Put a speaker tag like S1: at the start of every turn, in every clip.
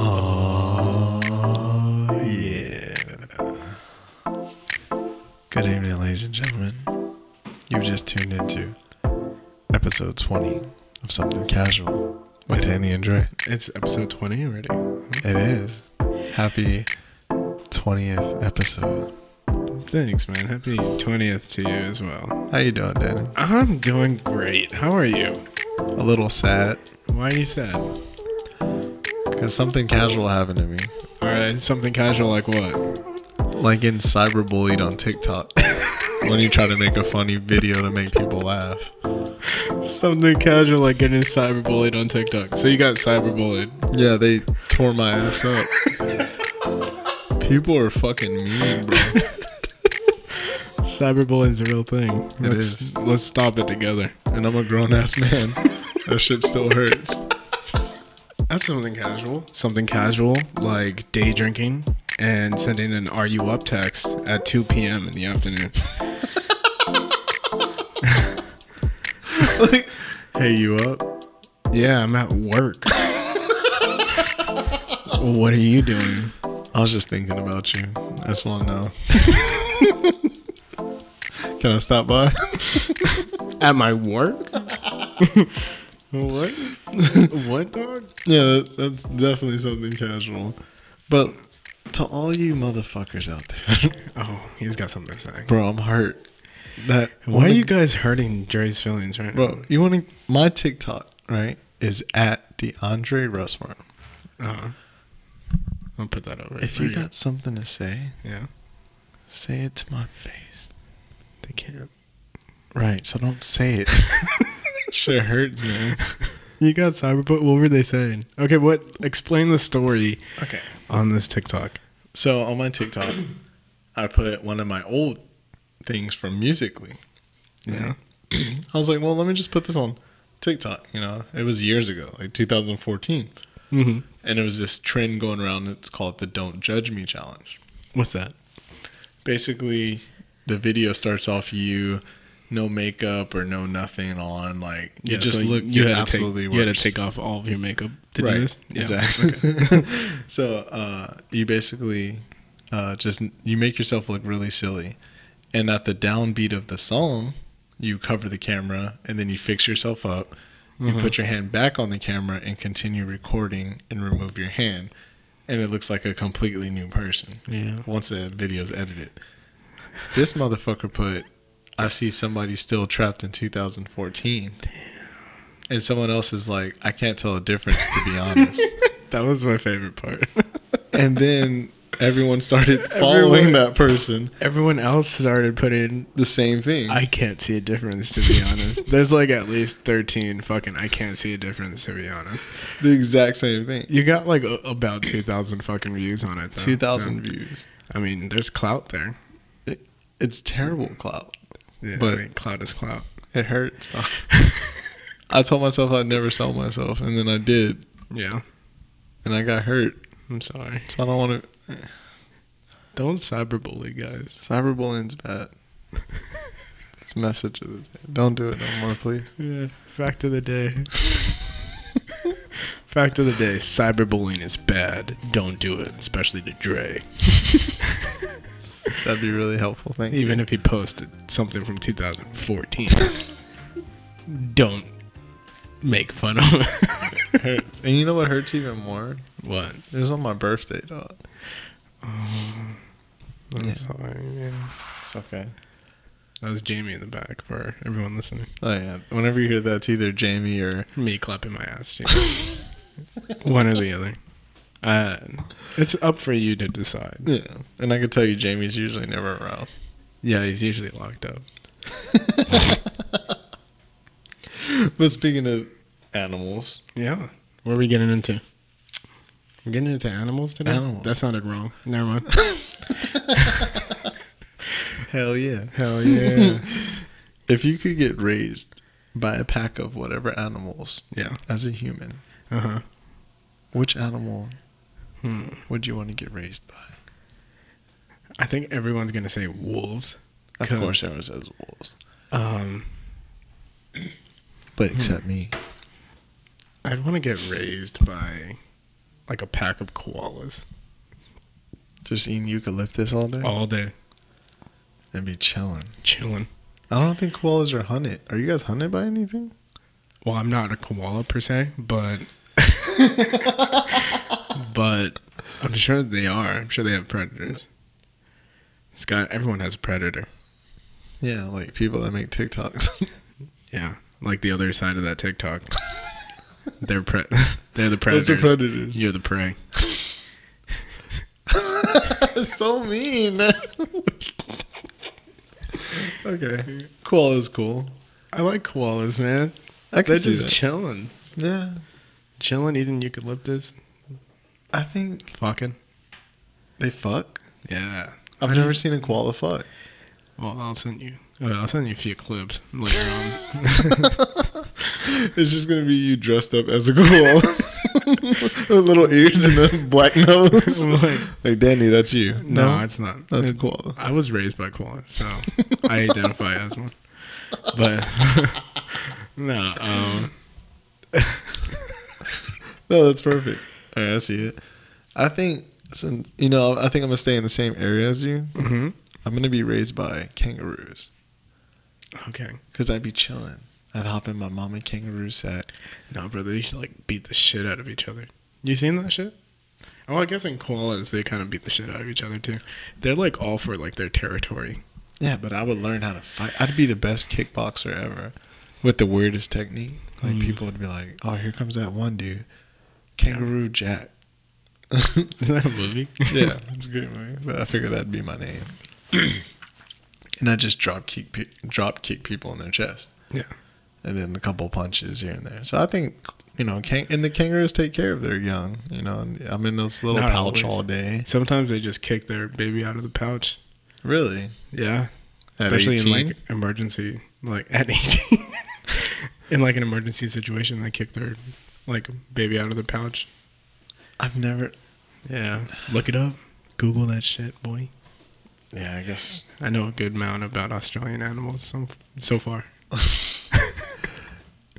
S1: Oh, Good evening, ladies and gentlemen. You've just tuned into episode 20 of Something Casual with Danny and Dre.
S2: It's episode 20 already.
S1: It is. Happy 20th episode.
S2: Thanks, man. Happy 20th to you as well.
S1: How you doing, Danny?
S2: I'm doing great. How are you?
S1: A little sad
S2: Why are you sad? All
S1: because something casual happened to me.
S2: right, something casual like what?
S1: Like in cyberbullied on TikTok when you try to make a funny video to make people laugh.
S2: Something casual like getting cyberbullied on TikTok. So you got cyberbullied.
S1: Yeah, they tore my ass up. people are fucking mean, bro.
S2: Cyberbullying is a real thing. let's,
S1: is.
S2: Let's stop it together.
S1: And I'm a grown ass man. That shit still hurts.
S2: That's something casual. Something casual like day drinking and sending an "Are you up?" text at 2 p.m. in the afternoon.
S1: like, hey, you up?
S2: Yeah, I'm at work. what are you doing?
S1: I was just thinking about you. I just want to know. Can I stop by?
S2: At my work? what? what dog?
S1: yeah, that, that's definitely something casual. But to all you motherfuckers out there,
S2: Oh, he's got something to say.
S1: bro, I'm hurt. That
S2: Why are you guys hurting Dre's feelings right
S1: bro? You want to? My TikTok right is at DeAndre Russmore.
S2: now? Uh-huh. I'll put that over.
S1: If
S2: for
S1: you got something to say,
S2: yeah,
S1: say it to my face.
S2: they can't.
S1: Right. So don't say it. Shit hurts, man.
S2: You got cyberpunk. What were they saying? Okay, what? Explain the story
S1: Okay.
S2: on this TikTok.
S1: So on my TikTok, I put one of my old things from Musically.
S2: Yeah.
S1: I was like, well, let me just put this on TikTok. You know, it was years ago, like 2014,
S2: Mm-hmm.
S1: and it was this trend going around. It's called the "Don't Judge Me" challenge.
S2: What's that?
S1: Basically, the video starts off you, no makeup or no nothing on, like you
S2: Yeah,
S1: just
S2: so
S1: look
S2: You
S1: you
S2: had to take-
S1: absolutely
S2: You had
S1: worst.
S2: to take off all of your makeup to do this. Yeah,
S1: Exactly.
S2: okay.
S1: so uh, you basically uh, just you make yourself look really silly, and at the downbeat of the song, you cover the camera and then you fix yourself up.
S2: Mm-hmm.
S1: You put your hand back on the camera and continue recording and remove your hand, and it looks like a completely new person
S2: Yeah.
S1: once the video's edited. This motherfucker put, I see somebody still trapped in 2014. And someone else is like, I can't tell a difference, to be honest.
S2: That was my favorite part.
S1: and then everyone started following
S2: Everyone-
S1: that person
S2: Everyone else started putting
S1: the same thing.
S2: I can't see a difference to be honest. There's like at least 13 fucking I can't see a difference to be honest.
S1: the exact same thing.
S2: You got like a- about 2,000 fucking views on it. though.
S1: 2,000
S2: So,
S1: views.
S2: I mean, there's clout there.
S1: It, it's terrible clout.
S2: Yeah,
S1: But- Oh.
S2: I mean, clout is clout.
S1: It hurts. I told myself I'd never sell myself, and then I did,
S2: Yeah.
S1: and I got hurt.
S2: I'm sorry.
S1: So I don't want to.
S2: Don't cyberbully guys.
S1: Cyberbullying's bad. it's message of the day. Don't do it no more, please.
S2: Yeah. Fact of the day. Fact of the day, cyberbullying is bad. Don't do it, especially to Dre.
S1: That'd be really helpful. Thank you.
S2: Even if he posted something from 2014. Don't make fun of him.
S1: And you know what hurts even more?
S2: what?
S1: It was on my birthday, dog. Yeah. It's okay.
S2: That was Jamie in the back for everyone listening.
S1: Oh yeah. Whenever you hear that, it's either Jamie or
S2: Me clapping my ass, Jamie. One or the other. Uh, it's up for you to decide.
S1: yeah. And I can tell you, Jamie's usually never around.
S2: Yeah, he's usually locked up.
S1: But speaking of animals,
S2: Yeah. What are we getting into? We're getting into animals today?
S1: Animals.
S2: That sounded wrong. Never mind.
S1: hell yeah.
S2: Hell yeah.
S1: If you could get raised by a pack of whatever animals
S2: yeah.
S1: as a human,
S2: Uh huh.
S1: which animal
S2: Hmm.
S1: would you want to get raised by?
S2: I think everyone's gonna say wolves.
S1: Of
S2: Cause-
S1: course, everyone says wolves,
S2: Um,
S1: but except me.
S2: I'd want to get raised by like a pack of koalas
S1: Oh. Just eating eucalyptus all day?
S2: all day.
S1: and be chilling.
S2: chilling.
S1: I don't think koalas are hunted. Are you guys hunted by anything?
S2: Well, I'm not a koala per se, but but I'm sure they are. I'm sure they have predators. It's got everyone has a predator.
S1: Yeah, like people that make TikToks.
S2: Yeah, like the other side of that TikTok. they're pre- they're the predators.
S1: Those are predators.
S2: You're the prey.
S1: so mean. okay, koala is cool.
S2: I like koalas, man.
S1: I can
S2: They're
S1: see
S2: just
S1: that.
S2: chilling,
S1: yeah,
S2: chilling, eating eucalyptus,
S1: I think
S2: fucking.
S1: they fuck.
S2: Yeah.
S1: I've never seen a koala fuck.
S2: Well, I'll send you. Uh, I'll send you a few clips later on.
S1: It's just gonna be you dressed up as a koala. With little ears and a black nose.
S2: Like-
S1: like, Danny, that's you.
S2: No, it's not.
S1: that's a
S2: It-
S1: koala.
S2: I was raised by koalas, so I identify as one. But no, um,
S1: No, that's perfect. All right, I see it. I think since you know, I think I'm gonna stay in the same area as you.
S2: mhm.
S1: I'm gonna be raised by kangaroos
S2: okay.
S1: because I'd be chilling. I'd hop in my mama kangaroo sack.
S2: No, brother, they should like beat the shit out of each other. You seen that shit? Well, I guess in koalas they kind of beat the shit out of each other too. They're like all for like their territory.
S1: Yeah, but I would learn how to fight. I'd be the best kickboxer ever with the weirdest technique. Like
S2: Mm.
S1: people would be like, "Oh, here comes that one dude, kangaroo jack."
S2: Is that a movie?
S1: yeah, it's a great movie. But I figured that'd be my name. and I just drop kick pe- drop kick people in their chest.
S2: Yeah.
S1: And then a couple punches here and there. So I think you know, can- and the kangaroos take care of their young. You know, and I'm in this little
S2: Not
S1: pouch
S2: always.
S1: all day.
S2: Sometimes they just kick their baby out of the pouch.
S1: Really,
S2: Yeah.
S1: At
S2: especially
S1: 18?
S2: in like emergency like at 18 in like an emergency situation they kick their like baby out of the pouch
S1: I've never.
S2: yeah look it up google that shit boy
S1: Yeah, I guess
S2: i know a good amount about australian animals so, so far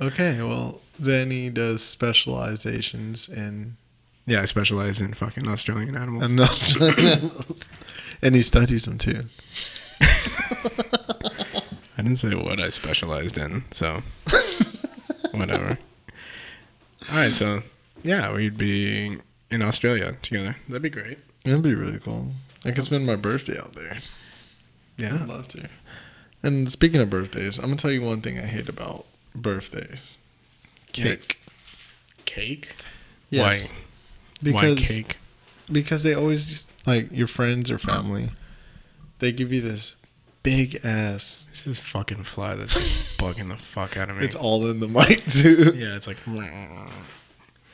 S1: Okay, well, then he does specializations in
S2: yeah i specialize in fucking australian animals
S1: and and he studies them too.
S2: i didn't say what i specialized in so whatever all right so yeah we'd be in australia together that'd be great
S1: That'd be really cool. I could spend my birthday out there. I'd love to. And speaking of birthdays, I'm gonna tell you one thing I hate about birthdays: cake.
S2: cake
S1: Yes,
S2: Why?
S1: because
S2: Why cake?
S1: because they always just, like your friends or family, they give you this big ass.
S2: This is fucking fly that's like bugging the fuck out of me.
S1: It's all in the mic too.
S2: yeah, it's like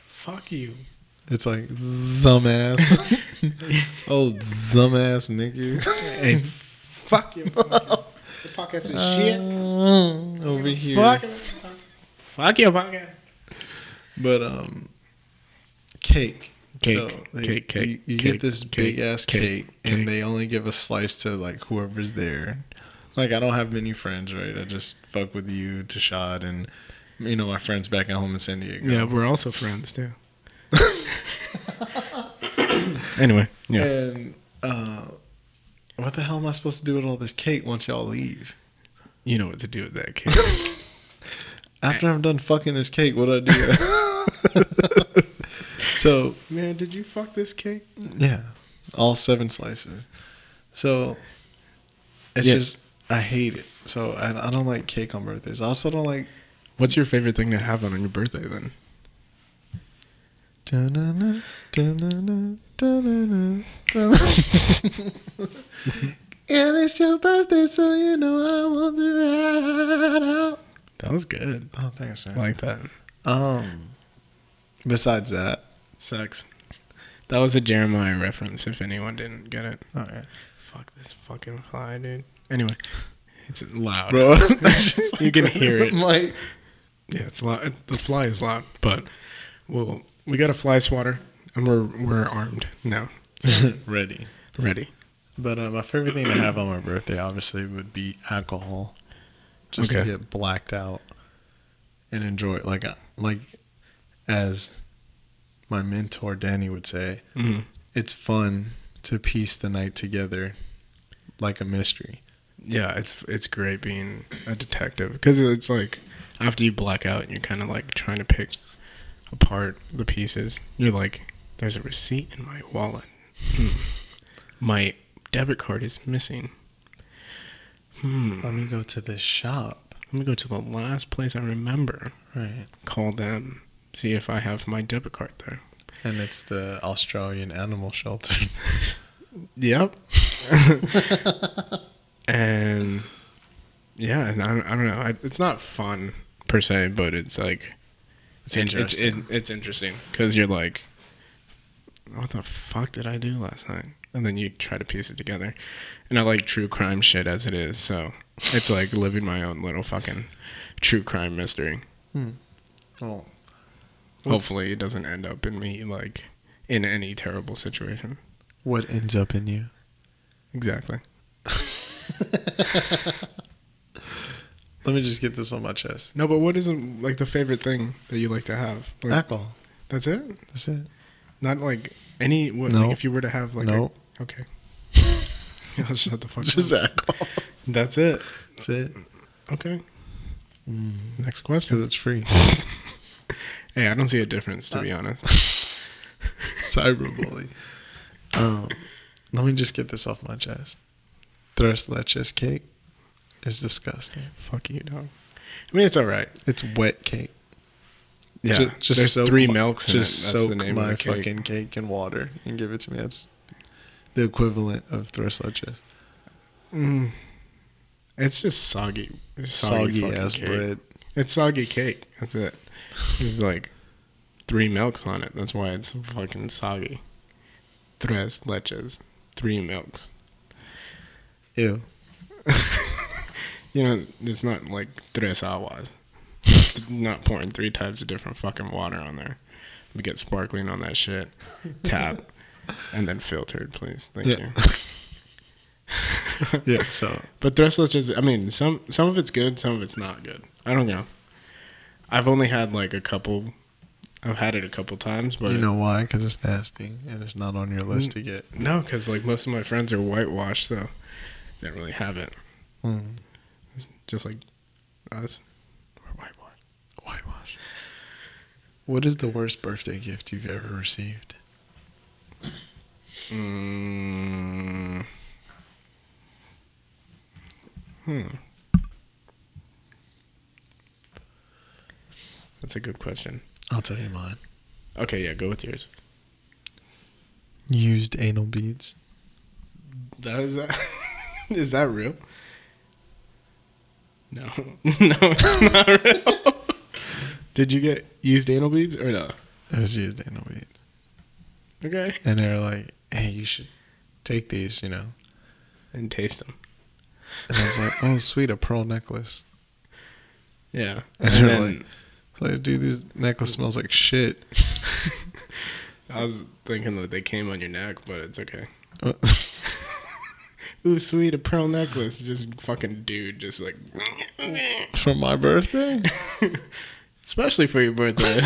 S2: fuck you.
S1: It's like zum ass. oh, zum ass nigga.
S2: Hey, fuck you. The podcast is
S1: Uh, over here.
S2: Fuck your podcast.
S1: But um, cake.
S2: Cake,
S1: they-
S2: cake, cake,
S1: You, you
S2: cake,
S1: get this
S2: cake,
S1: big ass
S2: cake,
S1: cake,
S2: cake.
S1: and they only give a slice to like whoever's there. Like I don't have many friends, right? I just fuck with you, Tashad, and you know my friends back at home in San Diego.
S2: Yeah, we're also friends too. anyway, yeah.
S1: And uh, what the hell am I supposed to do with all this cake once y'all leave?
S2: You know what to do with that cake.
S1: After I'm done fucking this cake, what do I do? so
S2: Man, did you fuck this cake?
S1: yeah, all seven slices. So it's
S2: Yeah.
S1: just I hate it. So I, I don't like cake on birthdays. I also don't like.
S2: What's your favorite thing to have on your birthday then?
S1: Dun-dun-dun, dun-dun-dun, dun-dun-dun, dun-dun. And it's your birthday, so you know I want to ride out.
S2: That was good.
S1: Oh, thanks, man.
S2: I like that.
S1: um, besides that,
S2: Sucks. That was a Jeremiah reference if anyone didn't get it.
S1: all right.
S2: Fuck this fucking fly, dude. Anyway, it's loud.
S1: bro.
S2: You can hear it.
S1: Like,
S2: Yeah, it's loud. The fly is loud, but we'll, we got a fly swatter, and we're we're armed now,
S1: ready.
S2: ready.
S1: But uh, my favorite thing to have on my birthday, obviously, would be alcohol, just
S2: Okay.
S1: to get blacked out and enjoy it. Like, uh, like as my mentor Danny would say,
S2: Mm.
S1: it's fun to piece the night together like a mystery.
S2: Yeah, it's it's great being a detective because it's like after you black out and you're kind of like trying to pick apart the pieces. You're like, there's a receipt in my wallet. Hmm. My debit card is missing. Hmm.
S1: Let me go to this shop.
S2: Let me go to the last place I remember.
S1: Right.
S2: Call them. See if I have my debit card there.
S1: And it's the Australian animal shelter.
S2: Yep. and yeah, and I, don't- I don't know. I, it's not fun per se, but it's like
S1: It's
S2: it- It's,
S1: interesting.
S2: it, it's interesting because you're like, what the fuck did I do last night? And then you try to piece it together. And I like true crime shit as it is, so it's like living my own little fucking true crime mystery.
S1: Well, what's-
S2: Hopefully, it doesn't end up in me like in any terrible situation.
S1: What ends up in you?
S2: Exactly.
S1: Let me just get this on my chest.
S2: No, but what is um, like the favorite thing that you like to have? Like,
S1: Alcohol.
S2: That's it.
S1: That's it.
S2: Not like any. What,
S1: No.
S2: like, if you were to have like.
S1: No.
S2: A, okay. I'll shut the fuck
S1: Just
S2: up.
S1: alcohol.
S2: That's it.
S1: That's it.
S2: Okay.
S1: Mm.
S2: Next
S1: Because
S2: question.
S1: it's free.
S2: Hey, I don't see a difference to be honest.
S1: Cyberbully. Um, let me just get this off my chest. Thrust leches cake is disgusting.
S2: Fuck you, dog. I mean, it's all right.
S1: It's wet cake.
S2: Yeah.
S1: Ju-
S2: Just, There's
S1: soak
S2: three
S1: my-
S2: milks in
S1: just
S2: it. That's
S1: soak
S2: the name
S1: my
S2: of the cake.
S1: fucking cake in water and give it to me. That's the equivalent of thrust leches.
S2: Mm. It's just soggy. It's
S1: Soggy,
S2: Soggy, fucking
S1: ass
S2: cake.
S1: bread.
S2: It's soggy cake. That's it. There's like three milks on it. That's why it's fucking soggy. Tres leches. Three milks.
S1: Ew.
S2: You know, it's not like tres aguas. not pouring three types of different fucking water on there. We get sparkling on that shit. Tap. and then filtered, please. Thank
S1: Yeah.
S2: you.
S1: Yeah. So
S2: But tres leches, I mean, some some of it's good, some of it's not good. I don't know. I've only had like a couple. I've had it a couple times, but Mm.
S1: you know why? Because it's nasty and it's not on your list to get.
S2: no, because like most of my friends are whitewashed, so they don't really have it.
S1: Mm.
S2: Just like us, we're whitewashed. Whitewash.
S1: What is the worst birthday gift you've ever received?
S2: Mm. Hmm. That's a good question.
S1: I'll tell you mine.
S2: Okay, yeah, go with yours.
S1: Used anal beads.
S2: That is that is that real? No, no, it's not real. Did you get used anal beads or no?
S1: It was used anal beads.
S2: Okay,
S1: And they're like, hey, you should take these, you know.
S2: and taste them.
S1: And I was like, oh, sweet, a pearl necklace.
S2: Yeah,
S1: And
S2: and,
S1: they're
S2: then
S1: It's like, dude, this necklace smells like shit.
S2: I was thinking that they came on your neck, but it's okay.
S1: That's
S2: Ooh, sweet, a pearl necklace. Just fucking dude, just like,
S1: From my birthday?
S2: especially for your birthday.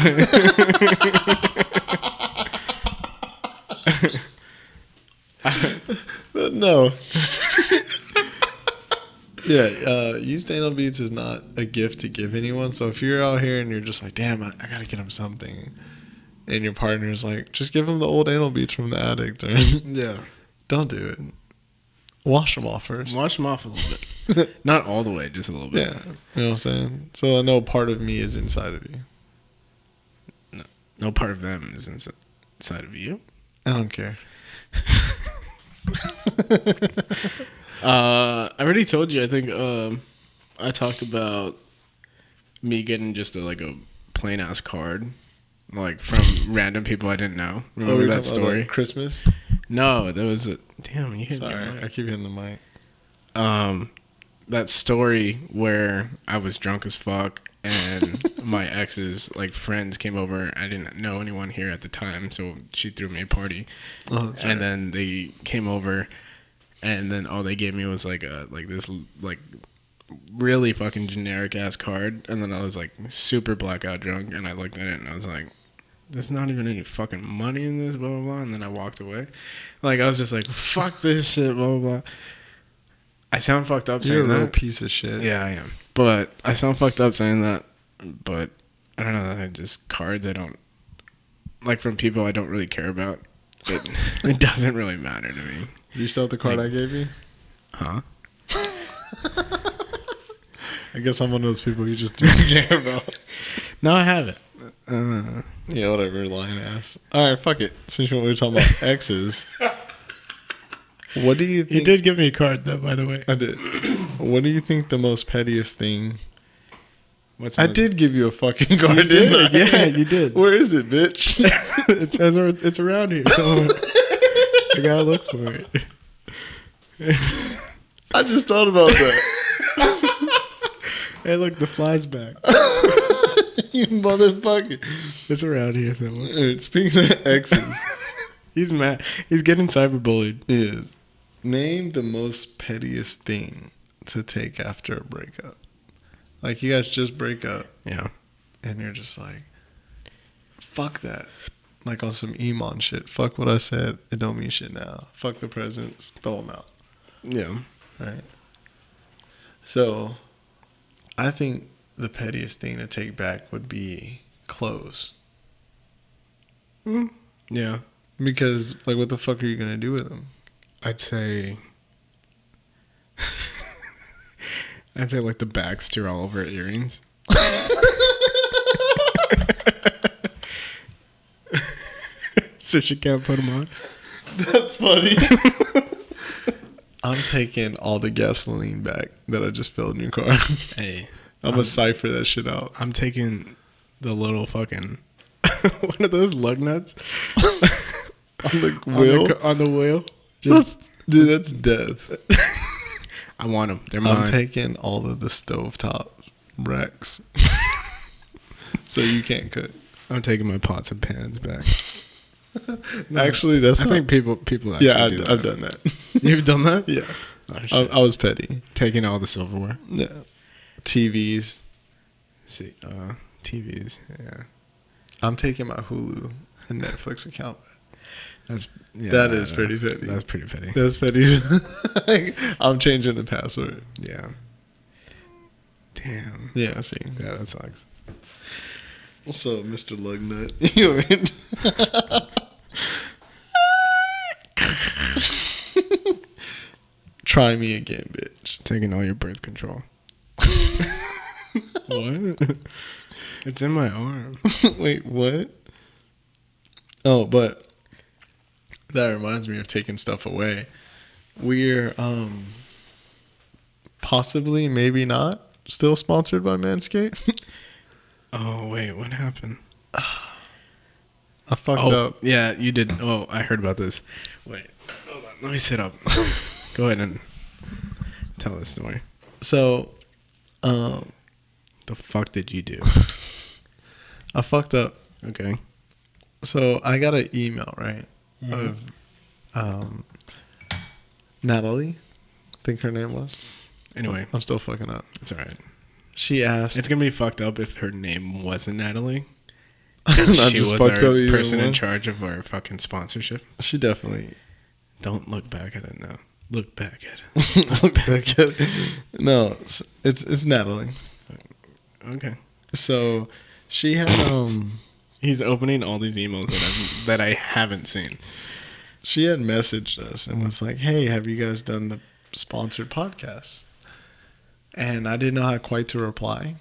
S1: Uh, no. yeah, uh, used anal beads is not a gift to give anyone. So if you're out here and you're just like, damn, I, I got to get him something. And your partner's like, just give him the old anal beads from the addict. Or
S2: yeah,
S1: don't do it. Wash them off first.
S2: wash them off a little bit, not all the way, just a little bit.
S1: Yeah, you know what I'm saying. So I know part of me is inside of you.
S2: No part of them is ins- inside of you.
S1: I don't care.
S2: Uh, I already told you. I think um, I talked about me getting just a, like a plain ass card, like from random people I didn't know. Remember
S1: we
S2: that
S1: talking about, like,
S2: story?
S1: Christmas.
S2: No, that was a damn. You hit me on
S1: Sorry, I
S2: that.
S1: keep hitting the mic.
S2: um that story where I was drunk as fuck and my ex's like friends came over. I didn't know anyone here at the time, so she threw me a party.
S1: Oh, that's
S2: and
S1: right.
S2: then they came over and then all they gave me was like a like this like really fucking generic ass card and then i was like super blackout drunk and i looked at it and i was like there's not even any fucking money in this blah blah blah and then i walked away like i was just like fuck this shit blah blah blah I sound fucked up
S1: You're a
S2: saying
S1: real
S2: that.
S1: piece of shit.
S2: yeah, I am. But I sound fucked up saying that. But I don't know. I just cards. I don't like from people I don't really care about. It, it doesn't really matter to me.
S1: You still have the card I gave you?
S2: Huh?
S1: I guess I'm one of those people you just don't care about.
S2: No, I haven't. Uh,
S1: Yeah, whatever, lying ass. All right, fuck it. Since you we were talking about exes, what do you think?
S2: you did give me a card though, by the way.
S1: I did. What do you think the most pettiest thing?
S2: What's
S1: I
S2: my-
S1: did give you a fucking card,
S2: You
S1: did, not I?
S2: did, yeah, you did.
S1: Where is it, bitch?
S2: it says where- it's around here. So I gotta look for it.
S1: I just thought about that.
S2: Hey, look, the fly's back.
S1: you motherfucker.
S2: It's around here somewhere.
S1: All right, speaking of exes,
S2: He's mad. He's getting cyberbullied.
S1: is name the most pettiest thing to take after a breakup. Like you guys just break up.
S2: Yeah.
S1: and you're just like, fuck that. Like on some Emon shit. Fuck what I said. It don't mean shit now. Fuck the presents. Throw them out.
S2: Yeah.
S1: Right. So, I think the pettiest thing to take back would be clothes.
S2: Yeah.
S1: Because, like, what the fuck are you going to do with them?
S2: I'd say. I'd say like the Baxter all over earrings. so she can't put them on.
S1: That's funny. I'm taking all the gasoline back that I just filled in your car.
S2: Hey,
S1: I'm going to cipher that shit out.
S2: I'm taking the little fucking one of those lug nuts
S1: On the
S2: on the
S1: wheel.
S2: co- on the wheel.
S1: That's, dude, that's death.
S2: I want them. They're
S1: I'm
S2: mine.
S1: taking all of the stovetop racks. so you can't cook.
S2: I'm taking my pots and pans back. No,
S1: Actually, that's
S2: I
S1: not.
S2: think people people actually
S1: yeah, I,
S2: do
S1: I've
S2: that.
S1: done that.
S2: You've done that?
S1: yeah,
S2: Oh,
S1: I,
S2: shit.
S1: I was petty.
S2: taking all the silverware.
S1: Yeah, TVs.
S2: See, uh, TVs. Yeah,
S1: I'm taking my Hulu and Netflix account.
S2: that's yeah,
S1: That is pretty petty.
S2: That's pretty petty.
S1: That's petty. I'm changing the password.
S2: yeah. Damn.
S1: Yeah, I see.
S2: Yeah, that sucks.
S1: So, Mr. Lugnut, you alright? Try me again, bitch.
S2: Taking all your birth control. what? It's in my arm.
S1: Wait, what? Oh, but that reminds me of taking stuff away. We're um possibly, maybe not, still sponsored by Manscaped.
S2: Oh wait, what happened?
S1: I fucked
S2: Oh
S1: up.
S2: yeah, you did. Oh, I heard about this. Wait, hold on. Let me sit up. Go ahead and tell the story.
S1: So, um,
S2: The fuck did you do?
S1: I fucked up.
S2: Okay.
S1: So I got an email right of um Natalie, I think her name was.
S2: Anyway,
S1: I'm still fucking up.
S2: it's all right.
S1: She asked.
S2: It's gonna be fucked up if her name wasn't Natalie.
S1: And I
S2: she
S1: just
S2: was
S1: fucked up
S2: our
S1: even
S2: person in
S1: more.
S2: charge of our fucking sponsorship.
S1: She definitely
S2: Don't look back at it now. Look back at it.
S1: look back at. No, it's it's, it's Natalie.
S2: Okay.
S1: So she had um
S2: He's opening all these emails that I've, that I haven't seen.
S1: she had messaged us and was like, "Hey, have you guys done the sponsored podcast?" And I didn't know how quite to reply,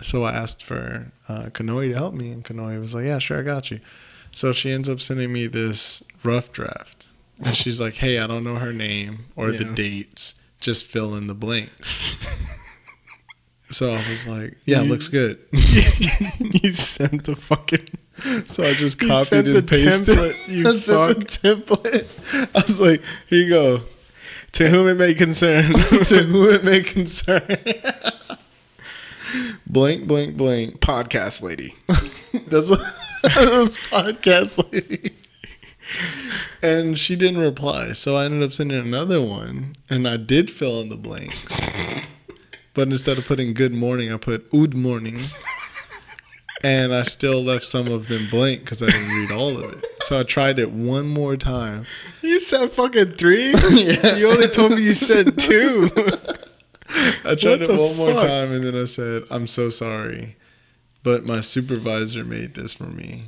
S1: so I asked for uh, Kanoi to help me, and Kanoi was like, "Yeah, sure, I got you." So she ends up sending me this rough draft, and she's like, "Hey, I don't know her name or the
S2: Yeah.
S1: dates. Just fill in the blanks." so I was like, "Yeah,
S2: You-
S1: looks good."
S2: you sent the fucking.
S1: So I just
S2: You
S1: copied
S2: sent the
S1: and pasted.
S2: template, you
S1: I sent the template. I was like, "Here you go."
S2: To whom it may concern.
S1: to whom it may concern. blank, blank, blank.
S2: podcast lady.
S1: That's what this podcast lady. And she didn't reply, so I ended up sending another one, and I did fill in the blanks. But instead of putting "good morning," I put "ood morning," and I still left some of them blank because I didn't read all of it. So I tried it one more time.
S2: You said fucking three.
S1: Yeah.
S2: You only told me you said two.
S1: I tried it
S2: the
S1: one more
S2: fuck?
S1: time and then I said, I'm so sorry. But my supervisor made this for me.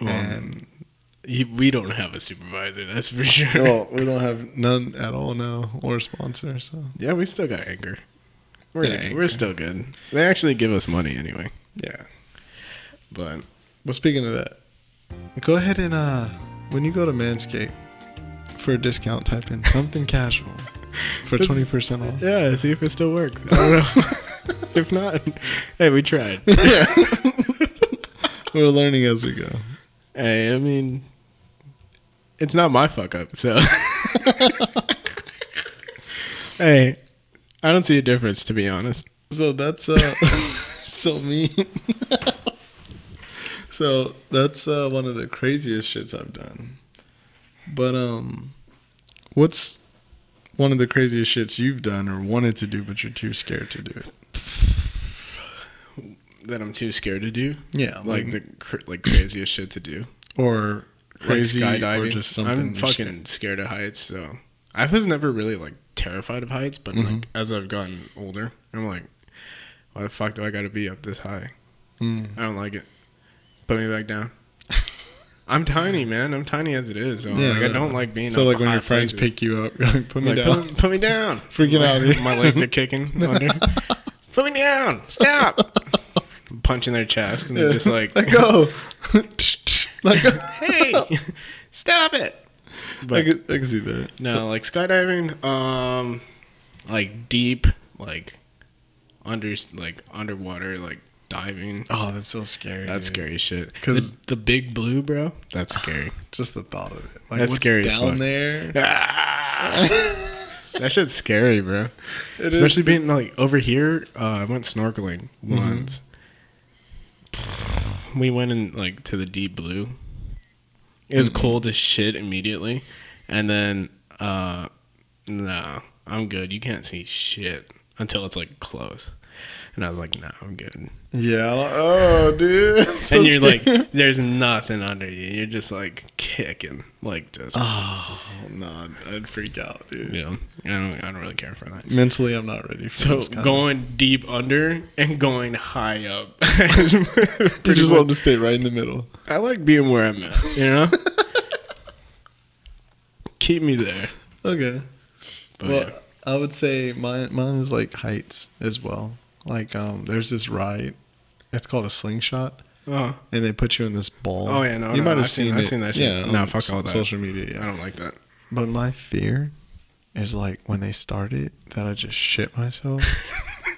S1: and
S2: You- we don't have a supervisor, that's for sure.
S1: well, we don't have none at all now or a sponsor, so
S2: yeah, we still got anger. We're
S1: Yeah,
S2: good.
S1: Anchor.
S2: we're still good. They actually give us money anyway,
S1: yeah.
S2: but
S1: Well speaking of that, go ahead and uh when you go to Manscaped for a discount type in something casual for
S2: That's-
S1: twenty percent off.
S2: yeah, see if it still works. I don't know. if not, hey, we tried.
S1: We're learning as we go.
S2: hey, I mean, it's not my fuck up. So, hey, I don't see a difference to be honest.
S1: So that's uh so mean. so that's uh one of the craziest shits I've done. But um what's one of the craziest shits you've done or wanted to do but you're too scared to do it?
S2: That I'm too scared to do,
S1: Yeah,
S2: like the cr- like craziest shit to do.
S1: or crazy
S2: like skydiving.
S1: or just something
S2: I'm
S1: you're
S2: fucking scared of heights, so I was never really like terrified of heights, but like
S1: Mm-hmm.
S2: as I've gotten older, I'm like, why the fuck do I gotta be up this high?
S1: Mm.
S2: I don't like it. Put me back down. I'm tiny, man. I'm tiny as it is. So
S1: Yeah,
S2: like, I
S1: no.
S2: don't like being.
S1: So
S2: up
S1: like when
S2: high
S1: your friends
S2: places.
S1: pick you up, you're like, put me
S2: Like,
S1: down.
S2: Put, put me down.
S1: Freaking
S2: My-
S1: out of here.
S2: My legs are kicking. under. Put me down. Stop. Punching their chest and they're just like,
S1: let go. let go.
S2: hey, stop it.
S1: I
S2: But
S1: can, I can see that.
S2: no,
S1: So-
S2: like skydiving, um, like deep, like under, like underwater, like diving.
S1: oh, that's so scary.
S2: That's
S1: dude.
S2: scary as shit.
S1: 'Cause-
S2: the, the big blue, bro. That's scary.
S1: Just the thought of it. Like
S2: That's
S1: what's
S2: scary as
S1: down
S2: fuck.
S1: there.
S2: Ah! that shit's scary, bro.
S1: It is-
S2: Especially being like over here. Uh, I went snorkeling
S1: Mm-hmm.
S2: once. We went in like to the deep blue. It
S1: Mm-hmm.
S2: was cold as shit immediately, and then uh, nah, I'm good. You can't see shit until it's like close. And I was like, nah, I'm good.
S1: Yeah. I don't- Oh, dude. It's so
S2: and you're
S1: scary.
S2: like, there's nothing under you. You're just like kicking, like just
S1: oh no, I'd- I'd freak out, dude.
S2: you know. I don't, I don't really care for that.
S1: Mentally, I'm not ready for
S2: So
S1: this kind
S2: going deep under and going high up. Pretty
S1: Of, you just
S2: much-
S1: love to stay right in the middle.
S2: I like being where I'm at, you know? Keep me there.
S1: Okay.
S2: But
S1: well, I would say mine mine is like heights as well. Like um, there's this ride. It's called a slingshot,
S2: yeah. oh,
S1: and they put you in this ball.
S2: Oh, yeah, no,
S1: you
S2: no, I've seen- I've seen that shit.
S1: Yeah,
S2: No,
S1: on
S2: fuck
S1: so-
S2: all that.
S1: Social media.
S2: I
S1: Yeah.
S2: don't like that.
S1: But my fear is like when they start it that I just shit myself,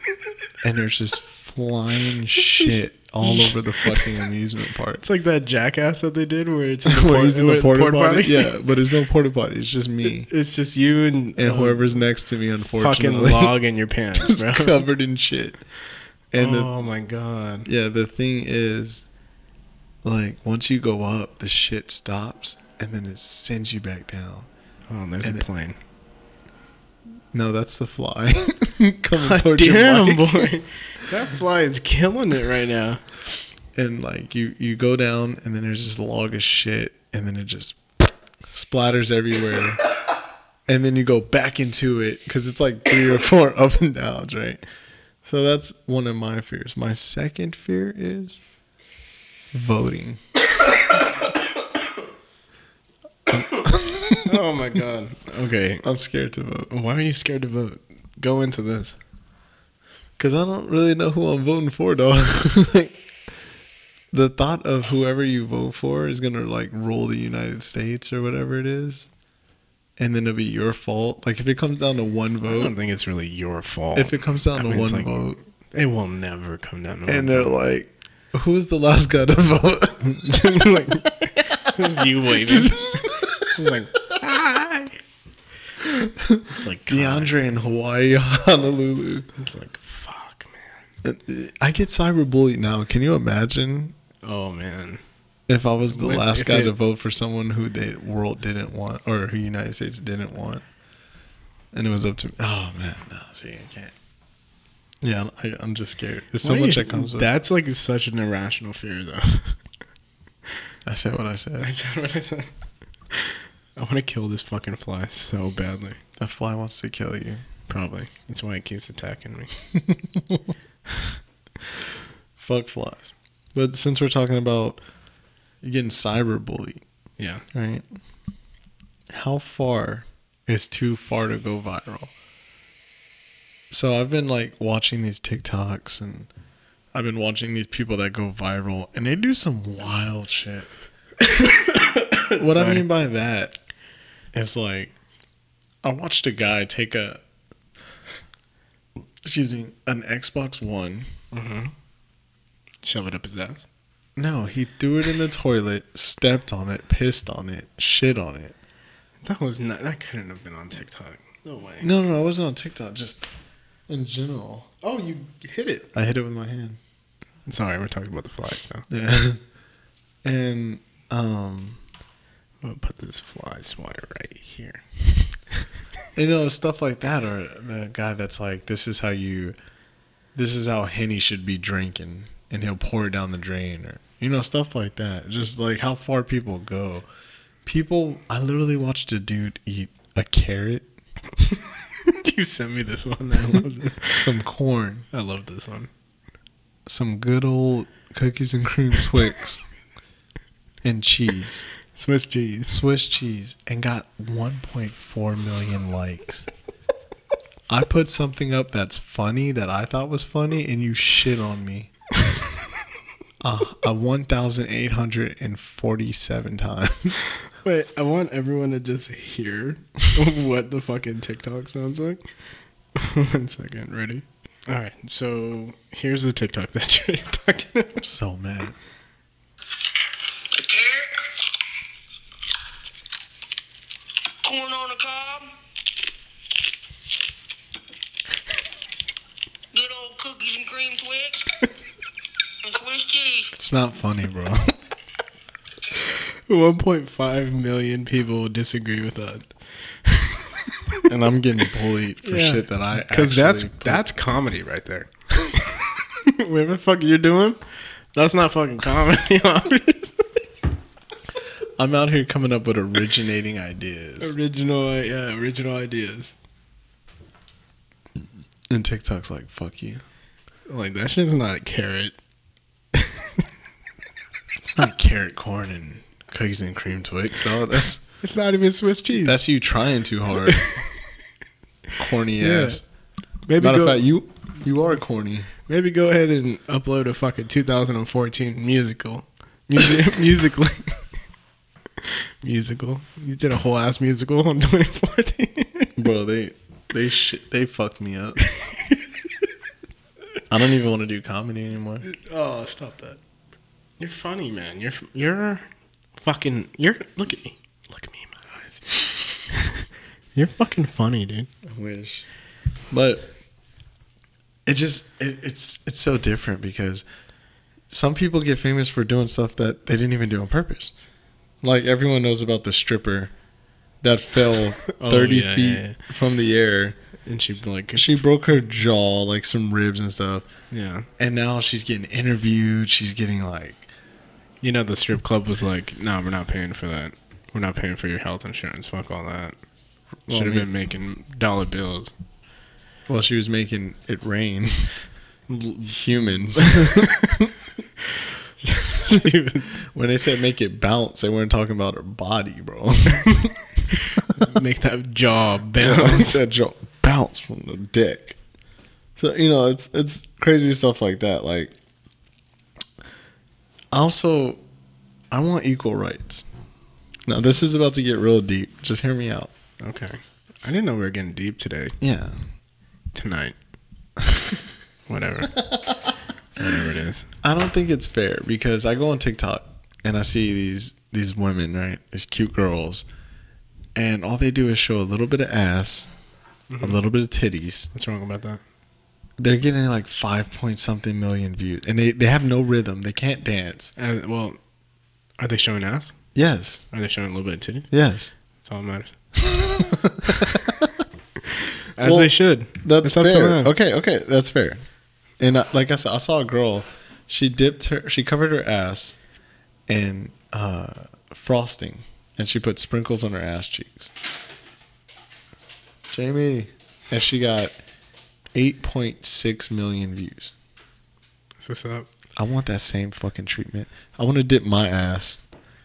S1: and there's just flying shit all over the fucking amusement park.
S2: It's like that jackass that they did where it's in the,
S1: Where
S2: port-
S1: he's in the
S2: where-
S1: porta
S2: port
S1: potty. Yeah, but there's no porta potty. It's just me
S2: It's just you and,
S1: and
S2: um,
S1: whoever's next to me. Unfortunately,
S2: fucking log in your pants,
S1: just
S2: bro.
S1: covered in shit. And the
S2: oh my god.
S1: Yeah, the thing is, like, once you go up, the shit stops and then it sends you back down.
S2: Oh, there's
S1: and
S2: a
S1: it-
S2: plane.
S1: No, that's the fly coming towards your
S2: Damn
S1: mic.
S2: boy. That fly is killing it right now.
S1: And like you, you go down, and then there's this log of shit, and then it just splatters everywhere. and then you go back into it because it's like three or four up and downs, right? So that's one of my fears. My second fear is voting.
S2: Oh my god. Okay.
S1: I'm scared to vote.
S2: Why are you scared to vote? Go into this.
S1: Cause I don't really know who I'm voting for, dog. like, the thought of whoever you vote for is gonna like rule the United States or whatever it is, and then it'll be your fault. Like if it comes down to one
S2: I don't
S1: vote,
S2: think it's really your fault.
S1: if it comes down
S2: I
S1: to
S2: mean,
S1: one
S2: it's like-
S1: vote,
S2: it will never come down. To
S1: and
S2: one
S1: they're like, "Who's the last guy to vote?"
S2: vote. uh, like, just you waving. Just, like hi. It's like God.
S1: DeAndre in Hawaii, Honolulu. uh,
S2: It's like fuck, man.
S1: I get cyberbullied now. Can you imagine
S2: Oh man.
S1: if I was the
S2: If-
S1: last
S2: if
S1: guy
S2: it-
S1: to vote for someone who the world didn't want or who United States didn't want, and it was up to Oh man, no, see, I can't. Yeah, I, I'm just scared. There's so
S2: Why do
S1: much
S2: you-
S1: that comes with.
S2: That's like such an irrational fear, though.
S1: I said what I said.
S2: I said what I said. I want to kill this fucking fly so badly.
S1: A fly wants to kill you.
S2: Probably. That's why it keeps attacking me.
S1: Fuck flies. But since we're talking about you getting cyberbullied,
S2: Yeah.
S1: right? How far is too far to go viral? So I've been like watching these TikToks and I've been watching these people that go viral and they do some wild shit. what I
S2: Sorry.
S1: mean by that is like I watched a guy take a excuse me, an Xbox One
S2: Mm-hmm. Shove it up his ass.
S1: no, he threw it in the toilet, stepped on it, pissed on it, shit on it.
S2: That was not. That couldn't have been on TikTok. No way.
S1: No, no, no, it wasn't on TikTok. Just in general,
S2: Oh, you hit it.
S1: I hit it with my hand.
S2: Sorry, we're talking about the flies now.
S1: Yeah, and um,
S2: I'm gonna put this fly swatter right here.
S1: you know, stuff like that, or the guy that's like, "This is how you, this is how henny should be drinking," and he'll pour it down the drain, or you know, stuff like that. Just like how far people go. People, I literally watched a dude eat a carrot,
S2: you sent me this one. I love it.
S1: some corn,
S2: I love this one.
S1: some good old cookies and cream Twix, and cheese.
S2: Swiss cheese.
S1: Swiss cheese and got 1.4 million likes. I put something up that's funny that I thought was funny, and you shit on me. Uh, a 1,847 times.
S2: Wait, I want everyone to just hear what the fucking TikTok sounds like. one second, ready? All right, so here's the TikTok that you're talking about.
S1: so mad.
S3: A carrot. Corn on the cob. Good old cookies and cream Twix. and Swiss cheese.
S1: It's not funny, bro.
S2: 1.5 million people disagree with that.
S1: And I'm getting bullied for
S2: Yeah.
S1: shit that I
S2: Because that's
S1: actually put-
S2: that's comedy right there. Whatever the fuck you're doing, that's not fucking comedy, obviously.
S1: I'm out here coming up with originating ideas,
S2: original, uh, yeah, original ideas.
S1: and TikTok's like, "Fuck you."
S2: Like that shit's not carrot.
S1: It's not carrot corn and cookies and cream Twix. No, that's
S2: It's not even Swiss cheese.
S1: That's you trying too hard. corny
S2: Yeah.
S1: ass.
S2: maybe
S1: Matter
S2: go,
S1: of fact, you you are corny.
S2: maybe go ahead and upload a fucking 2014 musical, Musi- musically, musical. You did a whole ass musical on 2014.
S1: Bro, they they shit, they fucked me up. I don't even want to do comedy anymore.
S2: Oh, stop that! You're funny, man. You're f- you're fucking you're look at me, look at me in my eyes. you're fucking funny, dude.
S1: I wish. But it just it, it's it's so different because some people get famous for doing stuff that they didn't even do on purpose. Like everyone knows about the stripper that fell
S2: Oh,
S1: 30
S2: yeah,
S1: feet
S2: yeah,
S1: from the air.
S2: And she like
S1: She broke her jaw, like some ribs and stuff.
S2: yeah.
S1: and now she's getting interviewed. She's getting like,
S2: You know, the strip club was like, "No, nah, we're not paying for that. We're not paying for your health insurance. Fuck all that."
S1: Well,
S2: Should have
S1: me-
S2: been making dollar bills.
S1: well, she was making it rain. Humans. when they said make it bounce, they weren't talking about her body, bro.
S2: Make that jaw
S1: they
S2: bounce.
S1: said jo- bounce from the dick. So you know, it's it's crazy stuff like that. Like, also, I want equal rights. Now this is about to get real deep. Just hear me out.
S2: okay, I didn't know we were getting deep today.
S1: Yeah.
S2: Tonight, whatever, whatever it is.
S1: I don't think it's fair because I go on TikTok and I see these these women, right? These cute girls, and all they do is show a little bit of ass, a little bit of titties.
S2: What's wrong about that?
S1: They're getting like five point something million views, and they they have no rhythm. They can't dance.
S2: Uh, well, are they showing ass?
S1: Yes,
S2: Are they showing a little bit of titty?
S1: yes.
S2: That's all that matters. As
S1: Well,
S2: they should.
S1: That's
S2: It's up to
S1: fair.
S2: them.
S1: Okay, okay, that's fair. uh, And I, like I said, I saw a girl. She dipped her. She covered her ass, and uh, frosting, and she put sprinkles on her ass cheeks. Jamie, and she got 8.6 million views.
S2: That's what's up.
S1: I want that same fucking treatment. I want to dip my ass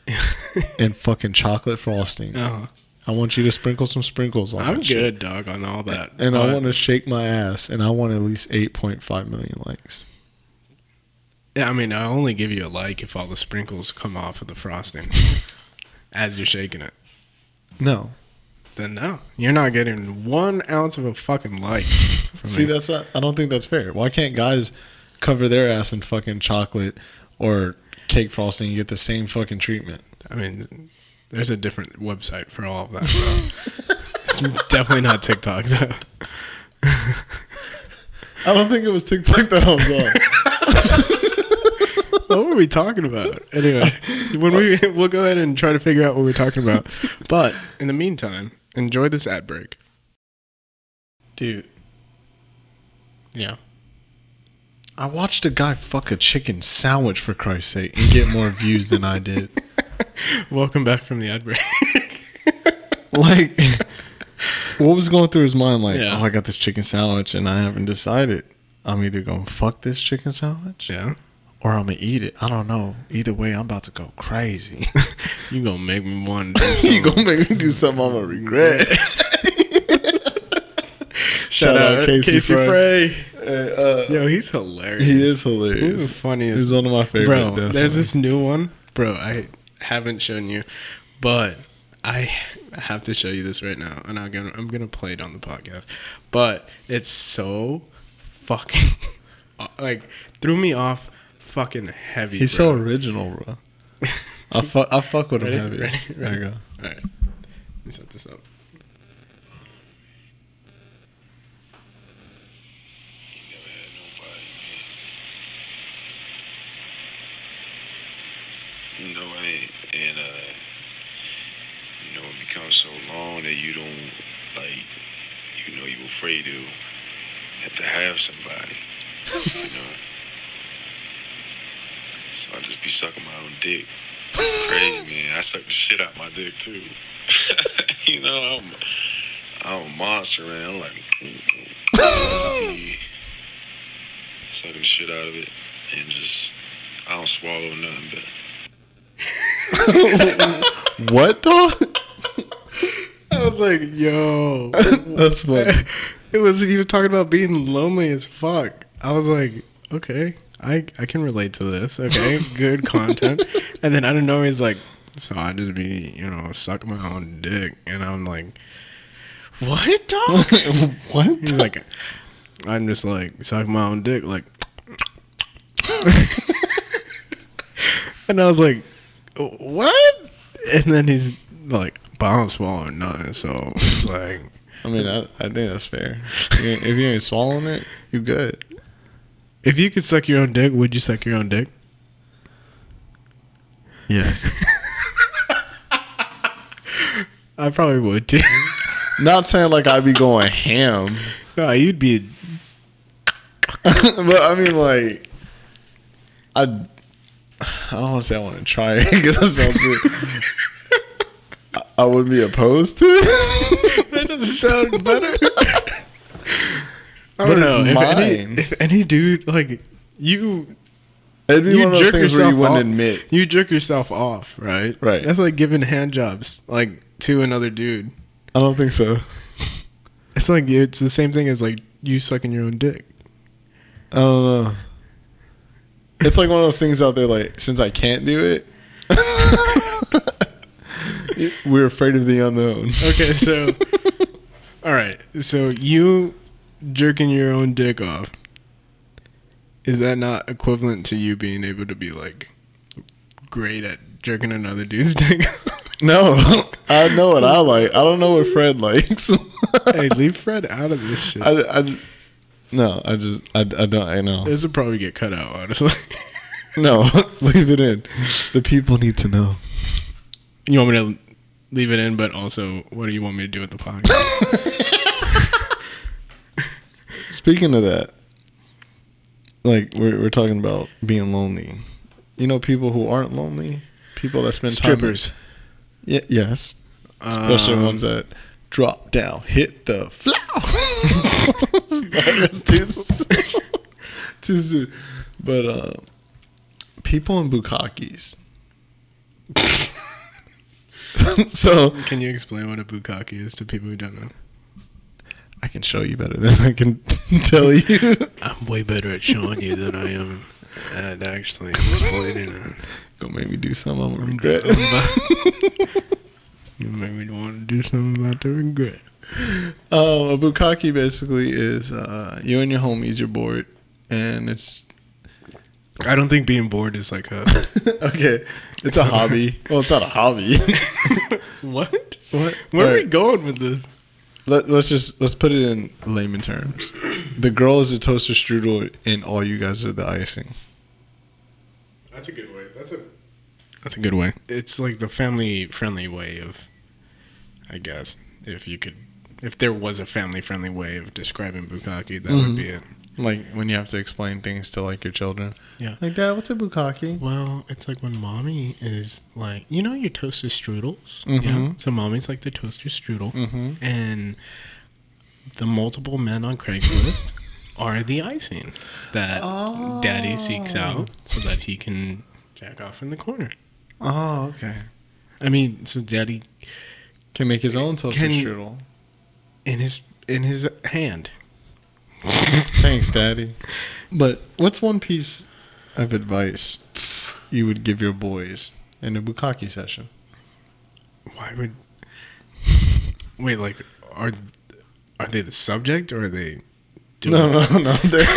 S2: Uh-huh.
S1: in fucking chocolate frosting.
S2: no,
S1: I want you to sprinkle some sprinkles on.
S2: I'm
S1: that
S2: good,
S1: shit.
S2: dog, on all that.
S1: And I
S2: but-
S1: want to shake my ass, and I want at least 8.5 million likes.
S2: Yeah, I mean, I only give you a like if all the sprinkles come off of the frosting as you're shaking it.
S1: No,
S2: Then no, you're not getting one ounce of a fucking like. From
S1: see,
S2: me.
S1: that's not. I don't think that's fair. Why can't guys cover their ass in fucking chocolate or cake frosting and get the same fucking treatment?
S2: I mean, there's a different website for all of that. bro. it's definitely not TikTok though.
S1: I don't think it was TikTok that I was on.
S2: what were we talking about? Anyway, when we we'll go ahead and try to figure out what we're talking about. But in the meantime, enjoy this ad break.
S1: Dude,
S2: Yeah.
S1: I watched a guy fuck a chicken sandwich for Christ's sake and get more views than I did.
S2: Welcome back from the ad break.
S1: Like, what was going through his mind? Like,
S2: Yeah.
S1: oh, I got this chicken sandwich and I haven't decided. I'm either going to fuck this chicken sandwich
S2: yeah.
S1: or I'm going to eat it. I don't know. Either way, I'm about to go crazy.
S2: You gonna make me want to do
S1: you
S2: something.
S1: going to make me do something I'm going to regret.
S2: Shout out Casey, Frey.
S1: Hey, uh,
S2: Yo, he's hilarious.
S1: he is
S2: He's
S1: hilarious.
S2: the funniest.
S1: He's one of my favorite.
S2: bro, there's
S1: definitely.
S2: this new one, bro. I haven't shown you, but I have to show you this right now, and I'm gonna I'm gonna play it on the podcast. But it's so fucking uh, like threw me off fucking heavy.
S1: He's so
S2: bro.
S1: original, bro. I fuck, I fuck with him
S2: Ready?
S1: heavy.
S2: Ready?
S1: There you go.
S2: All right, let me set this up.
S3: Never had nobody, man. You know, and, and uh, you know, it becomes so long that you don't, like, you know, you're afraid to have to have somebody, you know. So I just be sucking my own dick. Crazy, man. I suck the shit out my dick, too. you know, I'm, I'm a monster, man. I'm like, I just be sucking the shit out of it and just I don't swallow nothing but
S1: What dog?
S2: I was like, yo,
S1: That's funny.
S2: it was he was talking about being lonely as fuck. I was like, okay, I I can relate to this. Okay, good content. and then I don't know. He's like, so I just be you know suck my own dick, and I'm like, what? Dog?
S1: what?
S2: he's like, I'm just like suck my own dick, like. and I was like, what? And then he's like, but I don't swallow nothing, so it's like.
S1: I mean, I, I think that's fair. You ain't- if you ain't swallowing it, you good.
S2: If you could suck your own dick, would you suck your own dick?
S1: Yes.
S2: I probably would too.
S1: Not saying like I'd be going ham,
S2: no, you'd be.
S1: but I mean like I. I don't want to say I want to try it because that sounds weird. I- I would be opposed to. it.
S2: That doesn't sound better. I
S1: But
S2: don't
S1: it's
S2: know. If
S1: mine.
S2: any, if any dude like you,
S1: It'd be
S2: you
S1: one of those
S2: jerk
S1: things where you
S2: yourself
S1: wouldn't
S2: off.
S1: admit.
S2: You jerk yourself off, right?
S1: Right.
S2: That's like giving hand jobs like to another dude.
S1: I don't think so.
S2: It's like it's the same thing as like you sucking your own dick.
S1: I don't know. It's like one of those things out there. Like since I can't do it, we're afraid of the unknown.
S2: Okay, so all right, so you jerking your own dick off is that not equivalent to you being able to be like great at jerking another dude's dick? off?
S1: No, I know what I like. I don't know what Fred likes.
S2: hey, leave Fred out of this shit.
S1: I, I, no, I just I, I don't. I know.
S2: this would probably get cut out, honestly.
S1: No, leave it in. The people need to know.
S2: You want me to leave it in, but also, what do you want me to do with the podcast?
S1: Speaking of that, like we're we're talking about being lonely. You know, people who aren't lonely, people that spend time.
S2: Strippers.
S1: Yeah, yes. Especially
S2: Um,
S1: ones that drop down, hit the floor. Sorry, that's too soon. too soon. But uh, people in bukkakis. so
S2: Can you explain what a bukkake is to people who don't know?
S1: I can show you better than I can tell you.
S2: I'm way better at showing you than I am at actually explaining it.
S1: Gonna make me do something I'm gonna
S2: I'm
S1: regret.
S2: good. You made me want to do something about the regret.
S1: Um, a bukkake basically is uh, you and your homies. You're bored, and it's
S2: I don't think being bored is like a
S1: okay. It's a hobby. Well, it's not a hobby.
S2: what?
S1: what?
S2: Where are we
S1: Alright,
S2: going with this?
S1: Let, let's just let's put it in layman terms. The girl is a toaster strudel, and all you guys are the icing.
S2: That's a good way. That's a that's a good way. It's like the family friendly way of, I guess, if you could, if there was a family friendly way of describing bukkake, that would
S1: Mhm.
S2: be it.
S1: Like when you have to explain things to like your children.
S2: Yeah.
S1: Like dad, what's a bukkake?
S2: Well, it's like when mommy is like, you know, your toaster strudels. Yeah.
S1: Mhm.
S2: So mommy's like the toaster strudel,
S1: Mhm.
S2: and the multiple men on Craigslist are the icing that daddy seeks out so that he can jack off in the corner.
S1: Oh, okay.
S2: I mean, so daddy
S1: Can make his own toaster
S2: Can-
S1: strudel.
S2: in his in his hand.
S1: Thanks, Daddy. But what's one piece of advice you would give your boys in a bukkake session?
S2: Why would? Wait, like, are are they the subject or are they? Doing
S1: No,
S2: it?
S1: no, no. They're,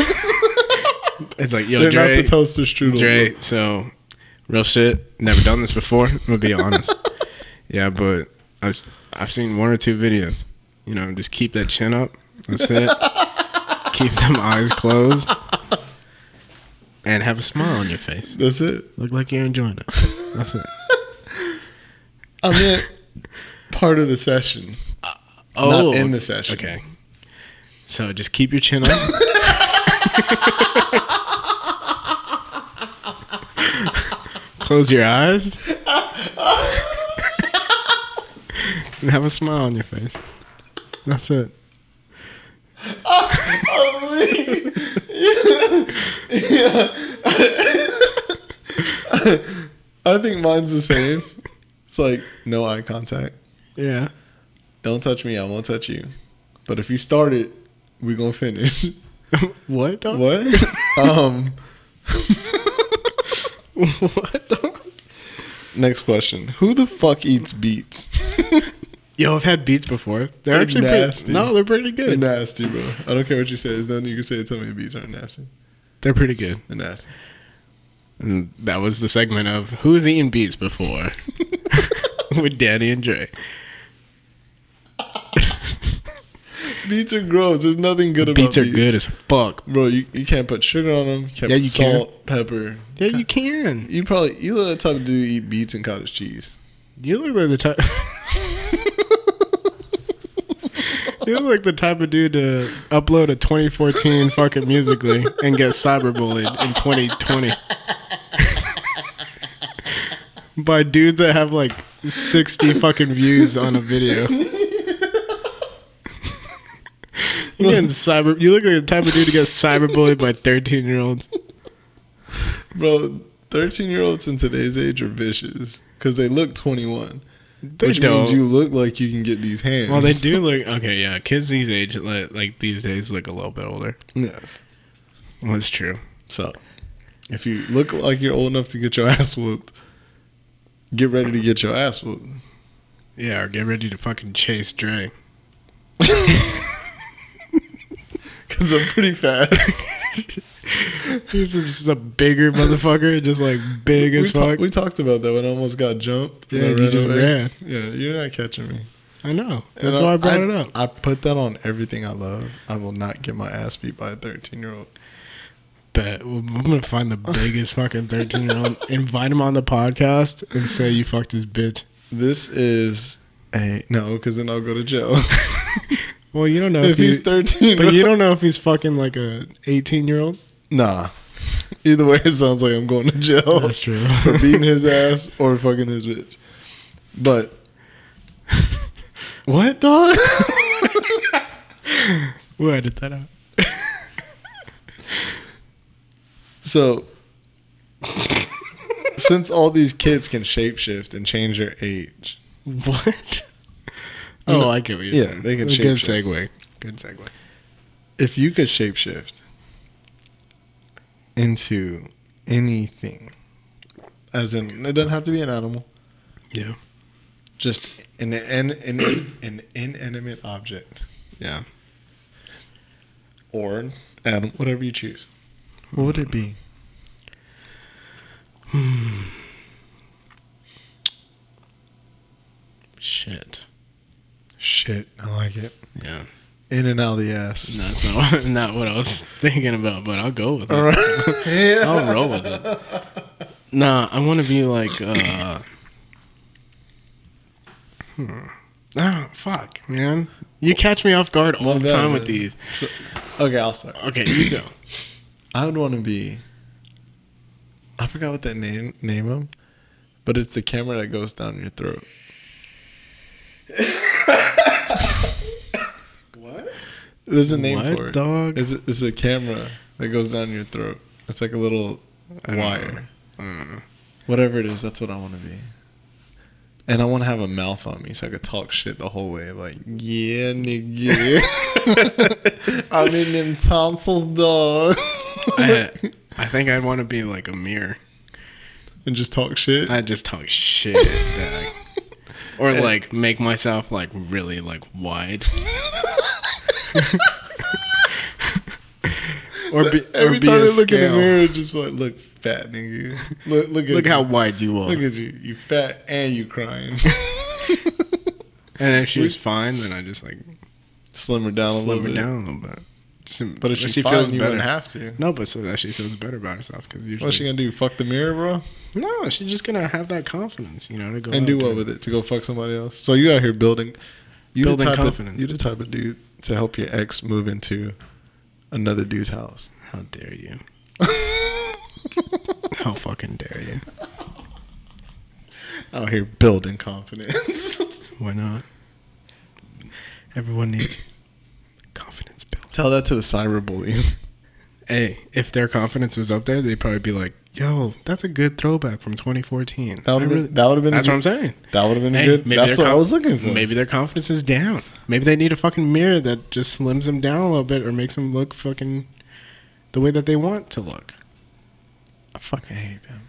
S2: It's like, yo,
S1: they're
S2: Dre,
S1: not the toaster strudel.
S2: Dre. So, real shit. Never done this before. I'm gonna be honest. yeah, but I've I've seen one or two videos. You know, just keep that chin up. That's it. keep them eyes closed, and have a smile on your face.
S1: That's it.
S2: Look like you're enjoying it. That's it.
S1: I meant part of the session.
S2: Oh,
S1: in the session.
S2: Okay. So just keep your chin up. Close your eyes. and have a smile on your face. That's it.
S1: I think mine's the same. It's like no eye contact.
S2: Yeah.
S1: Don't touch me. I won't touch you. But if you start it, we gonna finish.
S2: what? dog?
S1: What? um.
S2: what? dog?
S1: Next question. Who the fuck eats beets?
S2: Yo, I've had beats before. They're,
S1: They're
S2: actually
S1: nasty.
S2: Pretty, no, they're pretty
S1: They're
S2: good.
S1: nasty, bro. I don't care what you say. There's nothing you can say to tell me beets aren't nasty.
S2: They're pretty good.
S1: They're nasty.
S2: And that was the segment of Who's Eaten Beats Before with Danny and Dre.
S1: Beets are gross. There's nothing good about
S2: Beats
S1: beets.
S2: are good as fuck.
S1: bro. You, you can't put sugar on them. You can't
S2: Yeah,
S1: put
S2: you can.
S1: salt, pepper.
S2: Yeah, you can.
S1: You probably you look like the type of dude to eat beets and cottage cheese.
S2: You look like the type. you look like the type of dude to upload a 2014 fucking musically and get cyberbullied in 2020 by dudes that have like 60 fucking views on a video. You getting cyber? You look like the type of dude to get cyberbullied by 13 year olds.
S1: Bro, thirteen year olds in today's age are vicious because they look twenty one,
S2: They
S1: which
S2: don't.
S1: means you look like you can get these hands.
S2: well, they do look okay. Yeah, kids these age like, like these days look a little bit older.
S1: Yeah.
S2: Well, it's true.
S1: So, if you look like you're old enough to get your ass whooped, get ready to get your ass whooped.
S2: Yeah, or get ready to fucking chase Dre.
S1: Cause I'm pretty fast.
S2: He's just a bigger motherfucker, just like big
S1: we,
S2: as
S1: ta-
S2: fuck.
S1: we talked about that when I almost got jumped. and
S2: Yeah,
S1: I
S2: you just ran.
S1: Yeah, you're not catching me.
S2: I know. That's
S1: And
S2: why I brought it up.
S1: I put that on everything I love. I will not get my ass beat by a 13 year old.
S2: But I'm gonna find the biggest fucking 13 year old, invite him on the podcast, and say you fucked his bitch.
S1: This is a no, because then I'll go to jail.
S2: Well, you don't know
S1: if
S2: he-
S1: he's 13,
S2: but you don't know if he's fucking like a 18 year old.
S1: nah. Either way, it sounds like I'm going to jail.
S2: That's true.
S1: for beating his ass or fucking his bitch. But what dog?
S2: We'll edit that out.
S1: so since all these kids can shapeshift and change their age,
S2: What? Oh,
S1: No.
S2: I get what you're
S1: Yeah,
S2: saying.
S1: they can
S2: Good
S1: shapeshift.
S2: segue. Good segue.
S1: if you could shapeshift into anything, as in it doesn't have to be an animal,
S2: Yeah.
S1: just an an an, an inanimate object
S2: Yeah.
S1: or an animal, whatever you choose. What would it be?
S2: Shit.
S1: Shit, I like it.
S2: Yeah.
S1: In and out of the ass.
S2: No, that's not not what I was thinking about, but I'll go with it.
S1: All right. Oh. Yeah.
S2: I'll roll with it. Nah, I want to be like. uh hmm. Ah, fuck, man. You catch me off guard
S1: My
S2: all the
S1: bad,
S2: time with
S1: man.
S2: these.
S1: So- okay, I'll start.
S2: Okay, you go.
S1: I would want to be. I forgot what that name name him, but it's the camera that goes down your throat.
S2: What?
S1: There's a name
S2: What,
S1: for it.
S2: dog?
S1: It's a, it's a camera that goes down your throat. It's like a little
S2: I don't
S1: wire.
S2: know. Mm. I don't know.
S1: Whatever it is, that's what I want to be. And I want to have a mouth on me so I could talk shit the whole way. Like, yeah, nigga. I'm in them tonsils, dog.
S2: I, I think I'd want to be like a mirror.
S1: and just talk shit.
S2: I just talk shit, dog. or like make myself like really like wide. or be,
S1: Every
S2: or be
S1: time
S2: a
S1: I look in
S2: scale.
S1: the mirror, just like, look, fat nigga. Look, look at
S2: look
S1: you.
S2: how wide you are.
S1: Look at you. You fat and you crying.
S2: and if she's fine, then I just like
S1: Slimmer down a
S2: slow
S1: little
S2: her
S1: bit.
S2: down a little bit. Just-
S1: But if she, fine, you wouldn't have to.
S2: no, but so that she feels better about herself because usually
S1: What's she gonna do? Fuck the mirror, bro?
S2: no, she's just gonna have that confidence, you know, to go
S1: and
S2: out
S1: do what
S2: there.
S1: with it to go fuck somebody else. So you out here building, you
S2: Building
S1: the type
S2: confidence.
S1: Of, you the type of dude to help your ex move into another dude's house.
S2: How dare you? How fucking dare you?
S1: Out here building confidence.
S2: Why not? Everyone needs confidence built.
S1: Tell that to the cyber bullies.
S2: Hey, if their confidence was up there, they'd probably be like, "Yo, that's a good throwback from 2014."
S1: That would've
S2: I
S1: been- that would've been a
S2: That's what I'm
S1: good-
S2: saying.
S1: That would have been
S2: Hey,
S1: good.
S2: maybe
S1: That's
S2: their
S1: what I
S2: con-
S1: was looking for.
S2: Maybe their confidence is down. Maybe they need a fucking mirror that just slims them down a little bit or makes them look fucking the way that they want to look.
S1: I fucking hate them.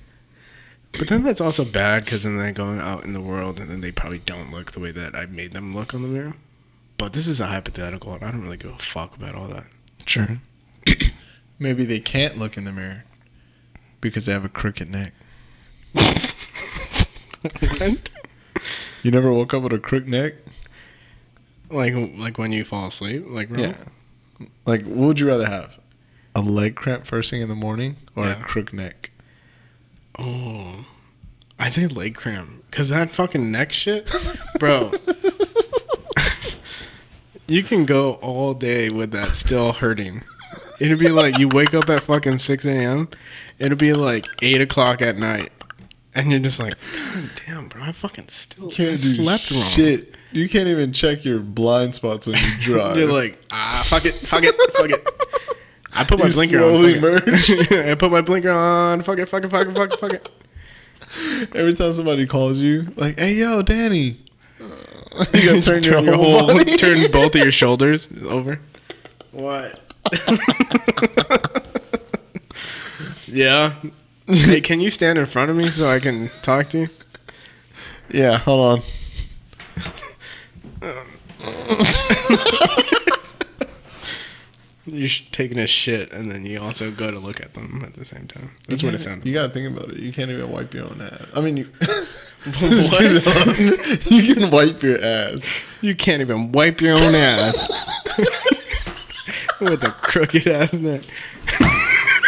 S2: But then that's also bad because then they're going out in the world and then they probably don't look the way that I made them look on the mirror. But this is a hypothetical, and I don't really give a fuck about all that.
S1: Sure. maybe they can't look in the mirror because they have a crooked neck. You never woke up with a crooked neck?
S2: like, like when you fall asleep, like real?
S1: Yeah. Like, what would you rather have? A leg cramp first thing in the morning or
S2: Yeah.
S1: a crooked neck?
S2: Oh, I say leg cramp because that fucking neck shit, bro. you can go all day with that still hurting. It'd be like you wake up at fucking six a.m. It'll be like eight o'clock at night, and you're just like, God damn, bro, I fucking still I
S1: can't do
S2: slept wrong.
S1: shit. You can't even check your blind spots when you drive.
S2: You're like, ah, fuck it, fuck it, fuck it. I put my
S1: You
S2: blinker
S1: slowly
S2: on. fuck it. I put my blinker on. Fuck it, fuck it, fuck it, fuck it, fuck it.
S1: every time somebody calls you, like, "Hey, yo, Danny," you gotta turn,
S2: turn
S1: your whole, body.
S2: turn both of your shoulders over. What? yeah. Hey, can you stand in front of me so I can talk to you?
S1: Yeah, hold on.
S2: You're sh- taking a shit, and then you also go to look at them at the same time. That's
S1: You
S2: what it
S1: gotta-
S2: sounded.
S1: You gotta think about it. You can't even wipe your own ass. I mean, you,
S2: What?
S1: you can wipe your ass.
S2: You can't even wipe your own ass with a crooked ass neck. I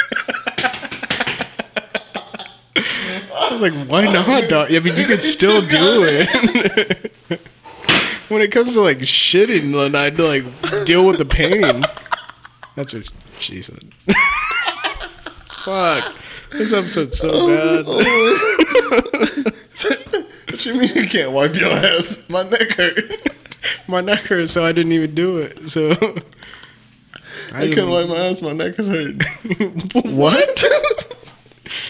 S2: was like, why
S1: Oh,
S2: not, dog? I mean, you could still do it. when it comes to like shitting, then I'd like deal with the pain. That's what she said. Fuck. This episode's so bad.
S1: What you mean you can't wipe your ass? My neck hurt.
S2: My neck hurts, so I didn't even do it. So
S1: I, couldn't
S2: Mm.
S1: wipe my ass. My neck is hurt. what?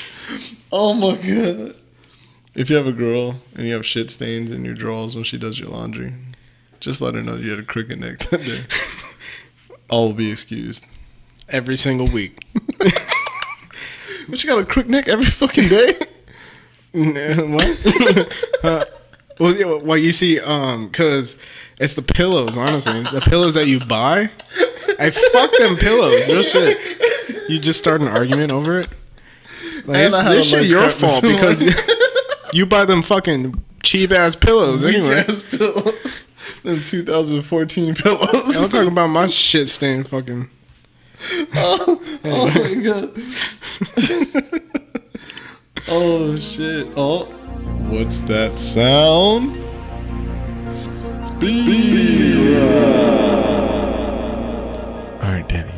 S1: oh my god. If you have a girl and you have shit stains in your drawers when she does your laundry, just let her know you had a crooked neck that day. All will be excused.
S2: every single week.
S1: But you got a crooked neck every fucking day?
S2: what? Huh? well, yeah, well, you see, um, cause it's the pillows. Honestly, the pillows that you buy. I fuck them pillows. No shit. You just start an argument over it. Like,
S1: And
S2: it's,
S1: I had
S2: this
S1: a
S2: shit
S1: leg
S2: your
S1: cramp
S2: fault
S1: this
S2: because
S1: morning.
S2: you buy them fucking cheap ass pillows anyway.
S1: Weak-ass pillows. Them 2014
S2: I'm
S1: pillows.
S2: talking about my shit stain fucking.
S1: oh, oh my god. Oh shit. Oh. What's that sound? Speed. All right, Danny.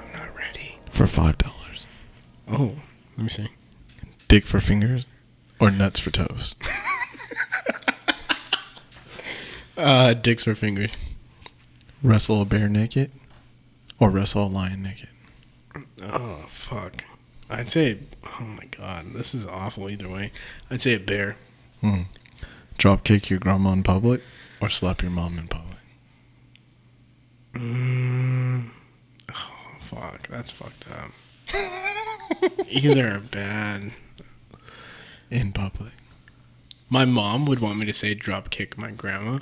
S2: I'm not ready.
S1: For five dollars,
S2: Oh, let me see.
S1: dick for fingers or nuts for toes?
S2: Uh, dicks for fingers.
S1: Wrestle a bear naked or wrestle a lion naked?
S2: Oh fuck. I'd say. Oh my god, this is awful. Either way, I'd say a bear.
S1: Drop kick your grandma in public or slap your mom in public?
S2: Mm. Oh, Fuck, that's fucked up. Either are bad.
S1: In public.
S2: My mom would want me to say drop kick my grandma,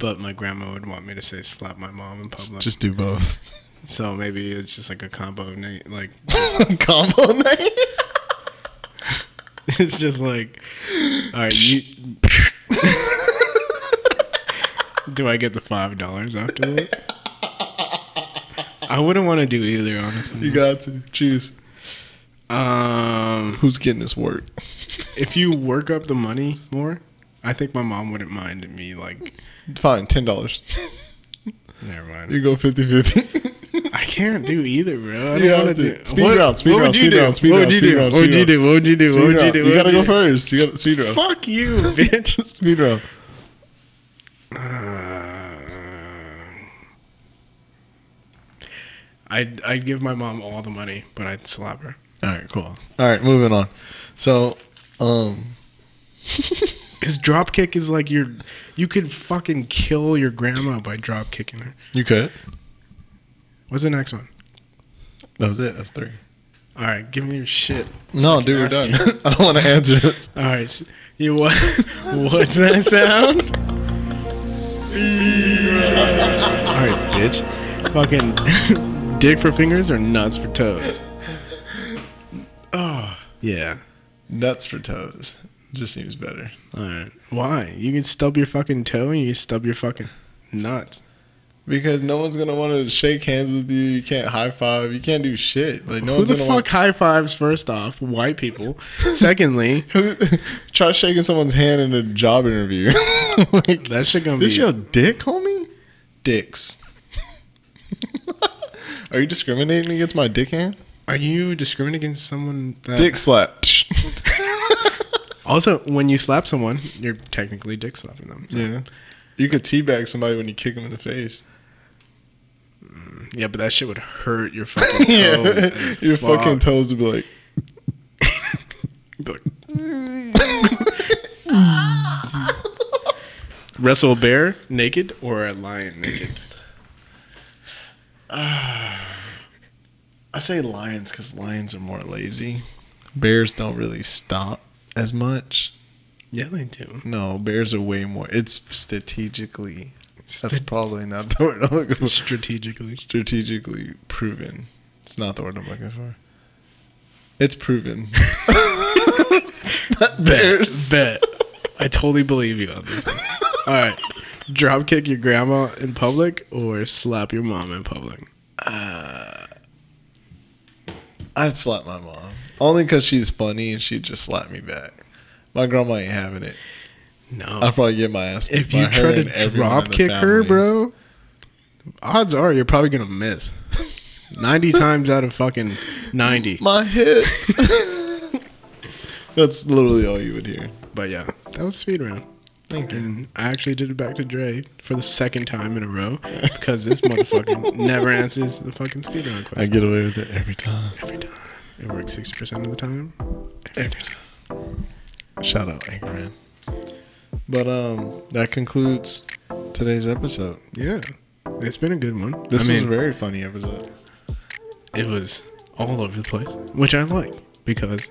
S2: but my grandma would want me to say slap my mom in public.
S1: Just do both.
S2: so maybe it's just like a combo of na- like
S1: Combo night.
S2: it's just like all right, you Do I get the five dollars after that? I wouldn't want to do either, honestly.
S1: You got to choose
S2: Um,
S1: who's getting this work.
S2: if you work up the money more, I think my mom wouldn't mind me like.
S1: Fine, ten dollars.
S2: Never mind.
S1: You go 50-50.
S2: I can't do either, bro. I
S1: You have
S2: don't want
S1: to.
S2: to do.
S1: Speed round, speed
S2: what
S1: round,
S2: would you
S1: speed
S2: do?
S1: round, speed
S2: What
S1: round,
S2: would you
S1: speed
S2: do?
S1: round,
S2: What would
S1: speed
S2: you do? What would you do? What
S1: Speed
S2: would you
S1: round.
S2: do?
S1: You
S2: What
S1: gotta
S2: would
S1: go
S2: you do?
S1: first. You got to speed round.
S2: Fuck you, bitch.
S1: Speed round.
S2: I'd I'd give my mom all the money, but I'd slap her.
S1: All right, cool. All right, moving on. So, um,
S2: Cause drop kick is like your, you could fucking kill your grandma by drop kicking her.
S1: you could.
S2: What's the next one?
S1: That was it. That's three.
S2: All right, give me your shit.
S1: No, dude, we're done. I don't want to answer this.
S2: All right, s- you what? What's that sound? All right, bitch. Fucking dick for fingers or nuts for toes? Oh, yeah.
S1: Nuts for toes. Just seems better.
S2: All right. Why? You can stub your fucking toe and you can stub your fucking nuts.
S1: Because no one's gonna want to shake hands with you. You can't high five. You can't do shit. Like no
S2: Who
S1: one's
S2: the
S1: gonna want-
S2: fuck high fives? First off, white people. Secondly,
S1: Who- Try shaking someone's hand in a job interview. like,
S2: that shit gonna
S1: this
S2: be.
S1: your dick, homie? Dicks. Are you discriminating against my dick hand?
S2: Are you discriminating against someone? That,
S1: Dick slap.
S2: Also, when you slap someone, you're technically dick slapping them.
S1: yeah. You could teabag somebody when you kick them in the face.
S2: Yeah, but that shit would hurt your fucking toe.
S1: yeah.
S2: as
S1: Your
S2: Oh, fuck.
S1: fucking toes would be like,
S2: Be like, Wrestle a bear naked or a lion naked?
S1: I say lions because lions are more lazy. Bears don't really stop as much.
S2: Yeah, they do.
S1: No, bears are way more. It's strategically. That's probably not the word I'm looking for.
S2: Strategically.
S1: strategically proven. It's not the word I'm looking for. It's proven. Bears.
S2: Bet. I totally believe you on this. one. All right. Drop kick your grandma in public or slap your mom in public?
S1: I'd slap my mom only because she's funny and she'd just slap me back. My grandma ain't having it.
S2: No.
S1: I'd probably get my ass. beat
S2: Uh, if
S1: by
S2: you
S1: her
S2: try
S1: and
S2: to
S1: everyone in
S2: drop
S1: the
S2: kick her,
S1: family.
S2: bro, odds are you're probably gonna miss. Ninety times out of fucking ninety.
S1: My hip. That's literally all you would hear.
S2: But yeah, that was speed round.
S1: Thank
S2: And I actually did it back to Dre for the second time in a row because this motherfucker never answers the fucking speed round
S1: I
S2: question.
S1: get away with it every time.
S2: Every time. It works six percent of the time.
S1: Every time. Shout out Anchorman. But um, that concludes today's episode.
S2: Yeah. It's been a good one.
S1: This was
S2: I mean,
S1: a very funny episode.
S2: it was all over the place, which I like because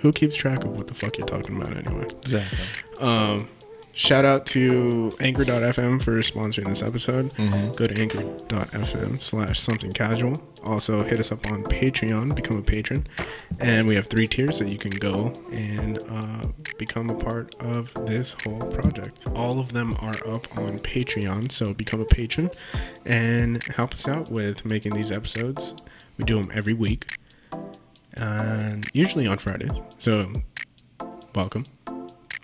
S2: who keeps track of what the fuck you're talking about anyway?
S1: Exactly.
S2: Um, shout out to Anchor.fm for sponsoring this episode. Go to Anchor.fm slash something casual. Also, hit us up on Patreon, become a patron. And we have three tiers that you can go and uh, become a part of this whole project. All of them are up on Patreon, so become a patron and help us out with making these episodes. We do them every week, and usually on Fridays. So, welcome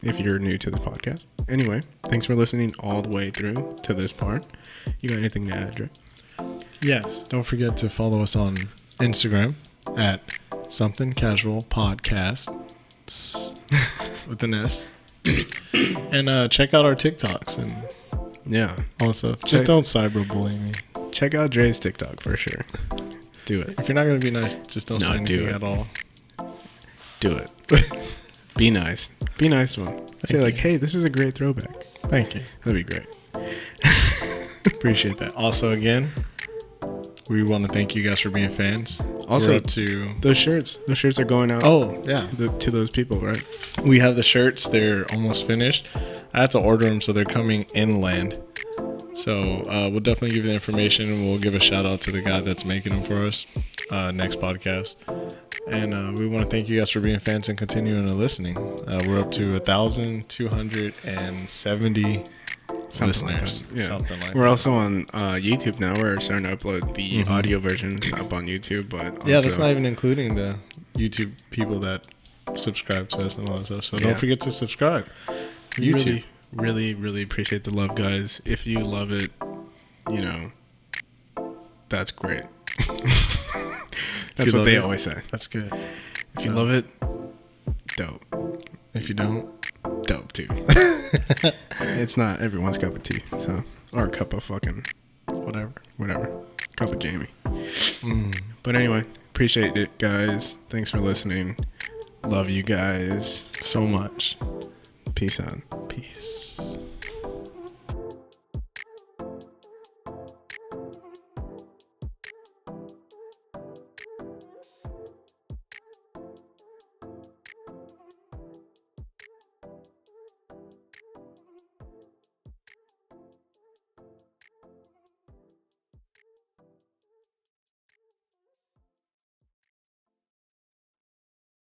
S2: if you're new to the podcast. Anyway, thanks for listening all the way through to this part. You got anything to add, Dre?
S1: Yes. Don't forget to follow us on Instagram at something casual podcast S- with an S. and uh, check out our TikToks and
S2: Yeah.
S1: all that stuff. Just
S2: Hey.
S1: don't cyberbully me.
S2: Check out Dre's TikTok for sure. Do it.
S1: If you're not gonna be nice, just don't
S2: No,
S1: say
S2: do
S1: anything
S2: it.
S1: at all.
S2: Do it. Be nice. Be nice to him. Say,
S1: you.
S2: like, hey, this is a great throwback.
S1: Thank you.
S2: That'd be great.
S1: Appreciate that. Also, again, we want to thank you guys for being fans.
S2: Also-
S1: We're up to
S2: Those shirts. Those shirts are going out
S1: oh yeah,
S2: to, the, to those people, right?
S1: we have the shirts. They're almost finished. I had to order them, so they're coming inland. So uh, we'll definitely give you the information. and We'll give a shout out to the guy that's making them for us uh, next podcast. And uh, we want to thank you guys for being fans and continuing to listening. Uh, we're up to a thousand two hundred and seventy
S2: Something like
S1: listeners.
S2: that. Yeah.
S1: Something like
S2: We're
S1: that. Mm-hmm.
S2: also on uh, YouTube now. We're starting to upload the audio version up on YouTube, but
S1: Yeah, that's
S2: also-
S1: not even including the YouTube people that subscribe to us and all that stuff. So
S2: Yeah.
S1: don't forget to subscribe.
S2: We
S1: YouTube.
S2: Really, really, really appreciate the love, guys. If you love it, you know, that's great. that's
S1: you
S2: what
S1: love
S2: they
S1: it.
S2: always say.
S1: That's good.
S2: If you love it, dope.
S1: If you don't,
S2: Dope, too. it's not everyone's cup of tea, so. Or a cup of fucking
S1: whatever.
S2: whatever. Mm. Cup of Jamie. But anyway, appreciate it, guys. Thanks for listening. Love you guys.
S1: So much.
S2: Peace out.
S1: Peace.